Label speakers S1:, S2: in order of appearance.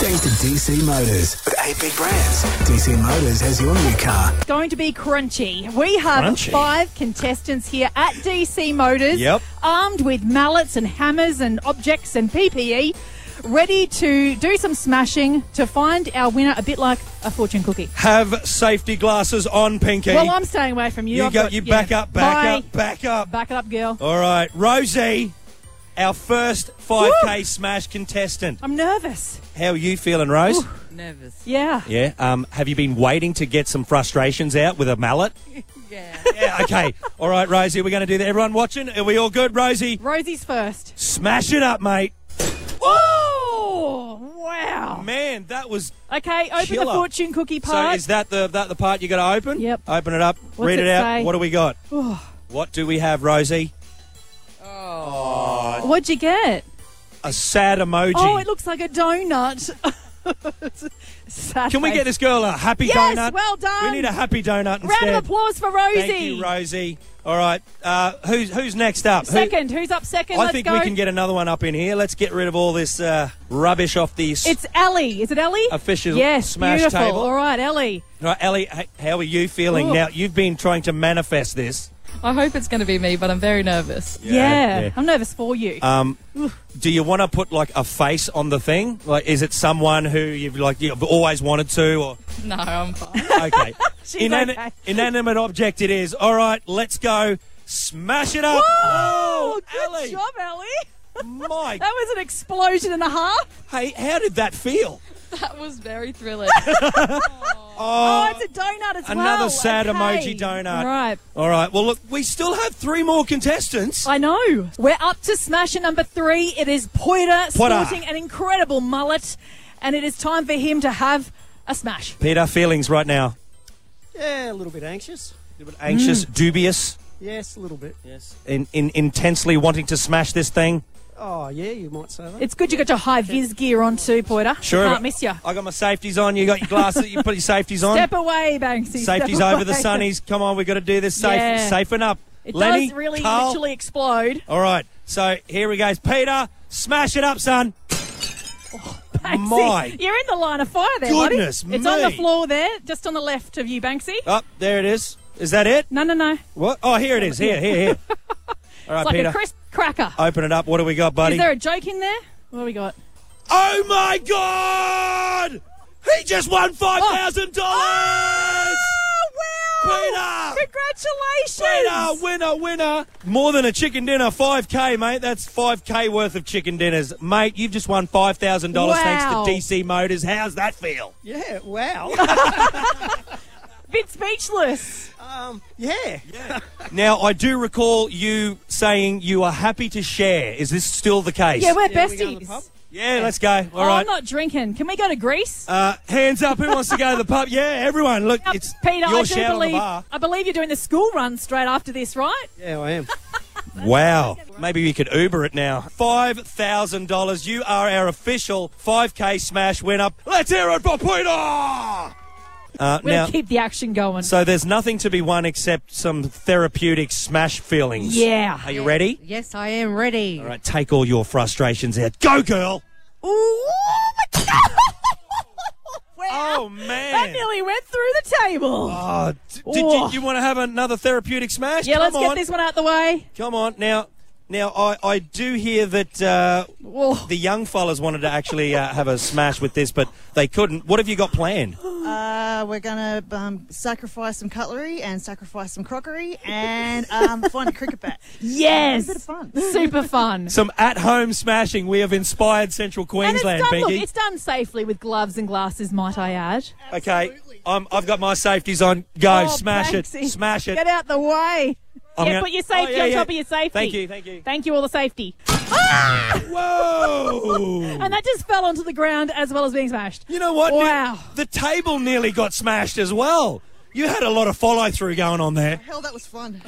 S1: Thanks to DC Motors. With eight big brands, DC Motors has your new car.
S2: going to be crunchy. We have
S3: Crunchy?
S2: five contestants here at DC Motors,
S3: Yep.
S2: armed with mallets and hammers and objects and PPE, ready to do some smashing to find our winner a bit like a fortune cookie.
S3: Have safety glasses on, Pinky.
S2: Well, I'm staying away from you.
S3: you
S2: I've
S3: go,
S2: got-
S3: you
S2: yeah.
S3: back up, back
S2: Bye.
S3: up, back up.
S2: Back it up, girl.
S3: All right, Rosie, our first 5K Smash contestant.
S2: I'm nervous.
S3: How are you feeling, Rose?
S4: Nervous.
S2: Yeah.
S3: Yeah. Um, have you been waiting to get some frustrations out with a mallet?
S4: Yeah.
S3: yeah. Okay. All right, Rosie, we're going to do that. Everyone watching, are we all good, Rosie?
S2: Rosie's first.
S3: Smash it up, mate.
S2: Oh, wow.
S3: Man, that was.
S2: Okay, open the
S3: Killer.
S2: fortune cookie
S3: So
S2: part.
S3: is that the that the part you got to open?
S2: Yep.
S3: Open it up.
S2: What's
S3: read it,
S2: it
S3: out.
S2: say?
S3: What do we got? what do we have, Rosie?
S2: What'd you get?
S3: A sad emoji.
S2: Oh, it looks like a donut. Sad
S3: Can we
S2: face.
S3: get this girl a happy
S2: Yes,
S3: donut?
S2: well done.
S3: We need a happy donut
S2: Round
S3: instead.
S2: of applause for Rosie.
S3: Thank you, Rosie. All right. Uh, who's who's next up? Who-
S2: Second, who's up second?
S3: I
S2: Let's
S3: think
S2: go.
S3: we can get another one up in here. Let's get rid of all this uh, rubbish off the s-
S2: It's Ellie. Is it Ellie?
S3: official
S2: yes,
S3: smash
S2: beautiful.
S3: table.
S2: All right, Ellie.
S3: All right, Ellie, h- how are you feeling
S2: Ooh.
S3: now? You've been trying to manifest this.
S4: I hope it's going to be me, but I'm very nervous.
S2: Yeah,
S3: yeah.
S2: I'm nervous for you.
S3: Um, do you want to put like a face on the thing? Like, is it someone who you've like you've always wanted to? Or
S4: No, I'm fine.
S3: okay,
S2: She's okay.
S3: inanimate object it is. All right, let's go. Smash it up!
S2: oh,
S3: Oh,
S2: good
S3: Ellie,
S2: job, Ellie.
S3: Mike,
S2: That was an explosion and a half.
S3: hey, how did that feel?
S4: That was very thrilling.
S2: Oh, it's a donut as well.
S3: Another sad
S2: Okay.
S3: emoji donut.
S2: Right.
S3: All right. Well, look, we still have three more contestants.
S2: I know. We're up to smasher number three. It is Poita
S3: Poita.
S2: sporting an incredible mullet, and it is time for him to have a smash.
S3: Peter, feelings right now?
S5: Yeah, a little bit anxious.
S3: A little bit anxious,
S2: Mm.
S3: dubious,
S5: Yes, a little bit. Yes.
S3: in, in, intensely wanting to smash this thing.
S5: Oh, yeah, you might say that.
S2: It's good you got your high vis gear on too, Poita.
S3: Sure.
S2: Can't miss you.
S3: I got my safeties on. You got your glasses. you put your safeties on.
S2: Step away, Banksy. step
S3: safeties over the
S2: away.
S3: sunnies. Come on, we got to do this safe,
S2: Yeah.
S3: safen up.
S2: It
S3: Lenny,
S2: does really
S3: Carl.
S2: literally explode.
S3: All right. So here we go, Peter. Smash it up, son.
S2: Banksy,
S3: My
S2: you're in the line of fire there,
S3: goodness
S2: buddy. It's on the
S3: me.
S2: floor there, just on the left of you, Banksy.
S3: Up there it is. Is that it?
S2: No, no, no. It's
S3: What? Oh, here it is. Here, here, here. All right,
S2: like
S3: Peter.
S2: a crisp cracker.
S3: Open it up. What do we got, buddy?
S2: Is there a joke in there? What do we got?
S3: Oh my god! He just won five thousand
S2: Oh,
S3: dollars! Peter!
S2: Congratulations!
S3: Winner, winner, winner! More than a chicken dinner, five k, mate. That's five k worth of chicken dinners, mate. You've just won five thousand dollars
S2: Wow.
S3: thanks to DC Motors. How's that feel?
S5: yeah, wow.
S2: Bit speechless.
S5: um, yeah.
S3: Now, I do recall you saying you are happy to share. Is this still the case?
S2: Yeah, we're
S5: Yeah, we go to the
S2: besties.
S5: pub?
S3: Yeah, let's go. All right.
S2: Oh, I'm not drinking. Can we go to Greece?
S3: Uh, hands up! Who wants to go to the pub? Yeah, everyone. Look,
S2: Up,
S3: it's
S2: Peter,
S3: your
S2: I do
S3: shout on the
S2: believe
S3: bar.
S2: I believe you're doing the school run straight after this, right?
S5: Yeah, I am.
S3: Wow. Maybe we could Uber it now. $5,000. You are our official 5K Smash win up. Let's hear it for Peter! Uh,
S2: We're
S3: now,
S2: gonna keep the action going.
S3: so there's nothing to be won except some therapeutic smash feelings.
S2: yeah.
S3: Are you ready?
S4: yes, I am ready.
S3: All right, take all your frustrations out. Go, girl!
S2: Ooh, my God. Wow.
S3: Oh,
S2: That
S3: man.
S2: nearly went through the table.
S3: Oh, d- did
S2: Oh.
S3: you, you want to have another therapeutic smash?
S2: yeah,
S3: Come
S2: let's
S3: on.
S2: get this one out the way.
S3: Come on. Now, now I, I do hear that uh,
S2: Whoa.
S3: the young fellas wanted to actually uh, have a smash with this, but they couldn't. What have you got planned?
S6: Uh, we're gonna um, sacrifice some cutlery and sacrifice some crockery and um, find a cricket bat.
S2: Yes.
S6: It's fun.
S2: Super fun.
S3: Some at-home smashing. We have inspired Central
S2: and it's
S3: Queensland,
S2: done,
S3: Pinky.
S2: look, it's done safely with gloves and glasses, might I add.
S3: okay, I'm, I've got my safeties on. Go,
S2: Oh,
S3: smash
S2: Banksy.
S3: it, smash it.
S2: Get out the way.
S3: I'm
S2: yeah,
S3: gonna-
S2: put your safety
S3: Oh, yeah,
S2: on
S3: yeah.
S2: top of your safety.
S3: Thank you, thank you.
S2: Thank you, all the safety.
S3: Whoa!
S2: And that just fell onto the ground as well as being smashed.
S3: you know what? Ne-
S2: Wow.
S3: The table nearly got smashed as well. You had a lot of follow-through going on there.
S6: Hell, that was fun.